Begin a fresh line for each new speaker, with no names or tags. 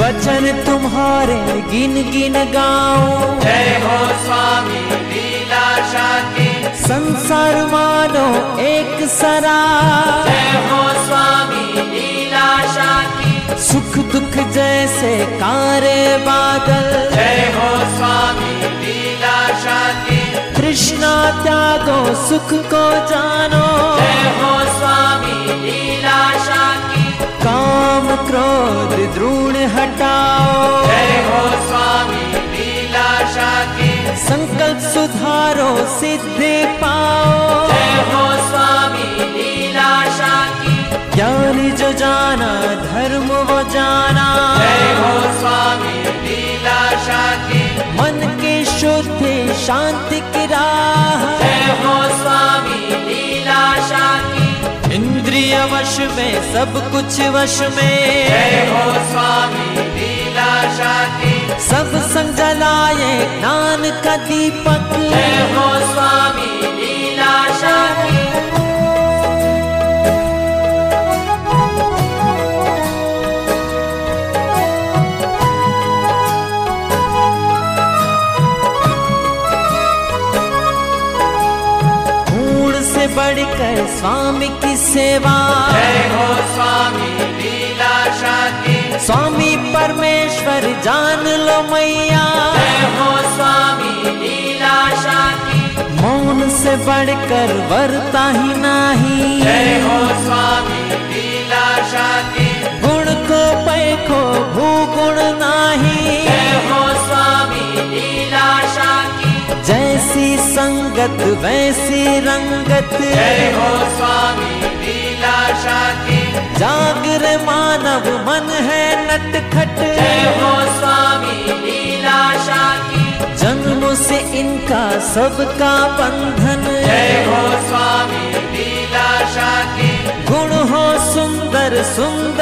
वचन तुम्हारे गिन गिन गाऊं
जय हो स्वामी लीलाशा की
संसार मानो एक सरा
जय हो स्वामी लीलाशा की
सुख दुख जैसे कारे बादल
जय हो स्वामी लीलाशा की
कृष्णा त्यागो सुख को जानो
जय हो स्वामी लीलाशा की
काम क्रोध द्रोण हटाओ
जय हो स्वामी लीलाशा की
संकल्प सुधारो सिद्धि पाओ
जय हो स्वामी लीलाशा की
ज्ञान जो जाना धर्म वो जाना
जय हो स्वामी लीलाशा की
मन के शुद्धि शांति की राह
जय हो स्वामी लीलाशा की
इंद्रिय वश में सब कुछ वश
जय
में
हो स्वामी लीलाशा की
सब संग जलाए ज्ञान का दीपक
जय हो स्वामी लीलाशा की
पूर्ण से बढ़कर स्वामी की सेवा
जय हो स्वामी लीलाशा की
स्वामी परमेश्वर जान लो मैया
जय हो स्वामी लीलाशा की
मौन से बढ़कर वरता ही
जय
नहीं
हो स्वामी लीलाशा की
गुण को पैखो भूगुण नाही
जय हो स्वामी लीलाशा की
जैसी संगत वैसी रंगत
जय हो स्वामी लीलाशा की
जागर मानव मन है नटखट
जय हो स्वामी लीलाशा की
जन्म से इनका सबका बंधन
जय हो स्वामी लीलाशा की
गुण हो सुंदर सुंदर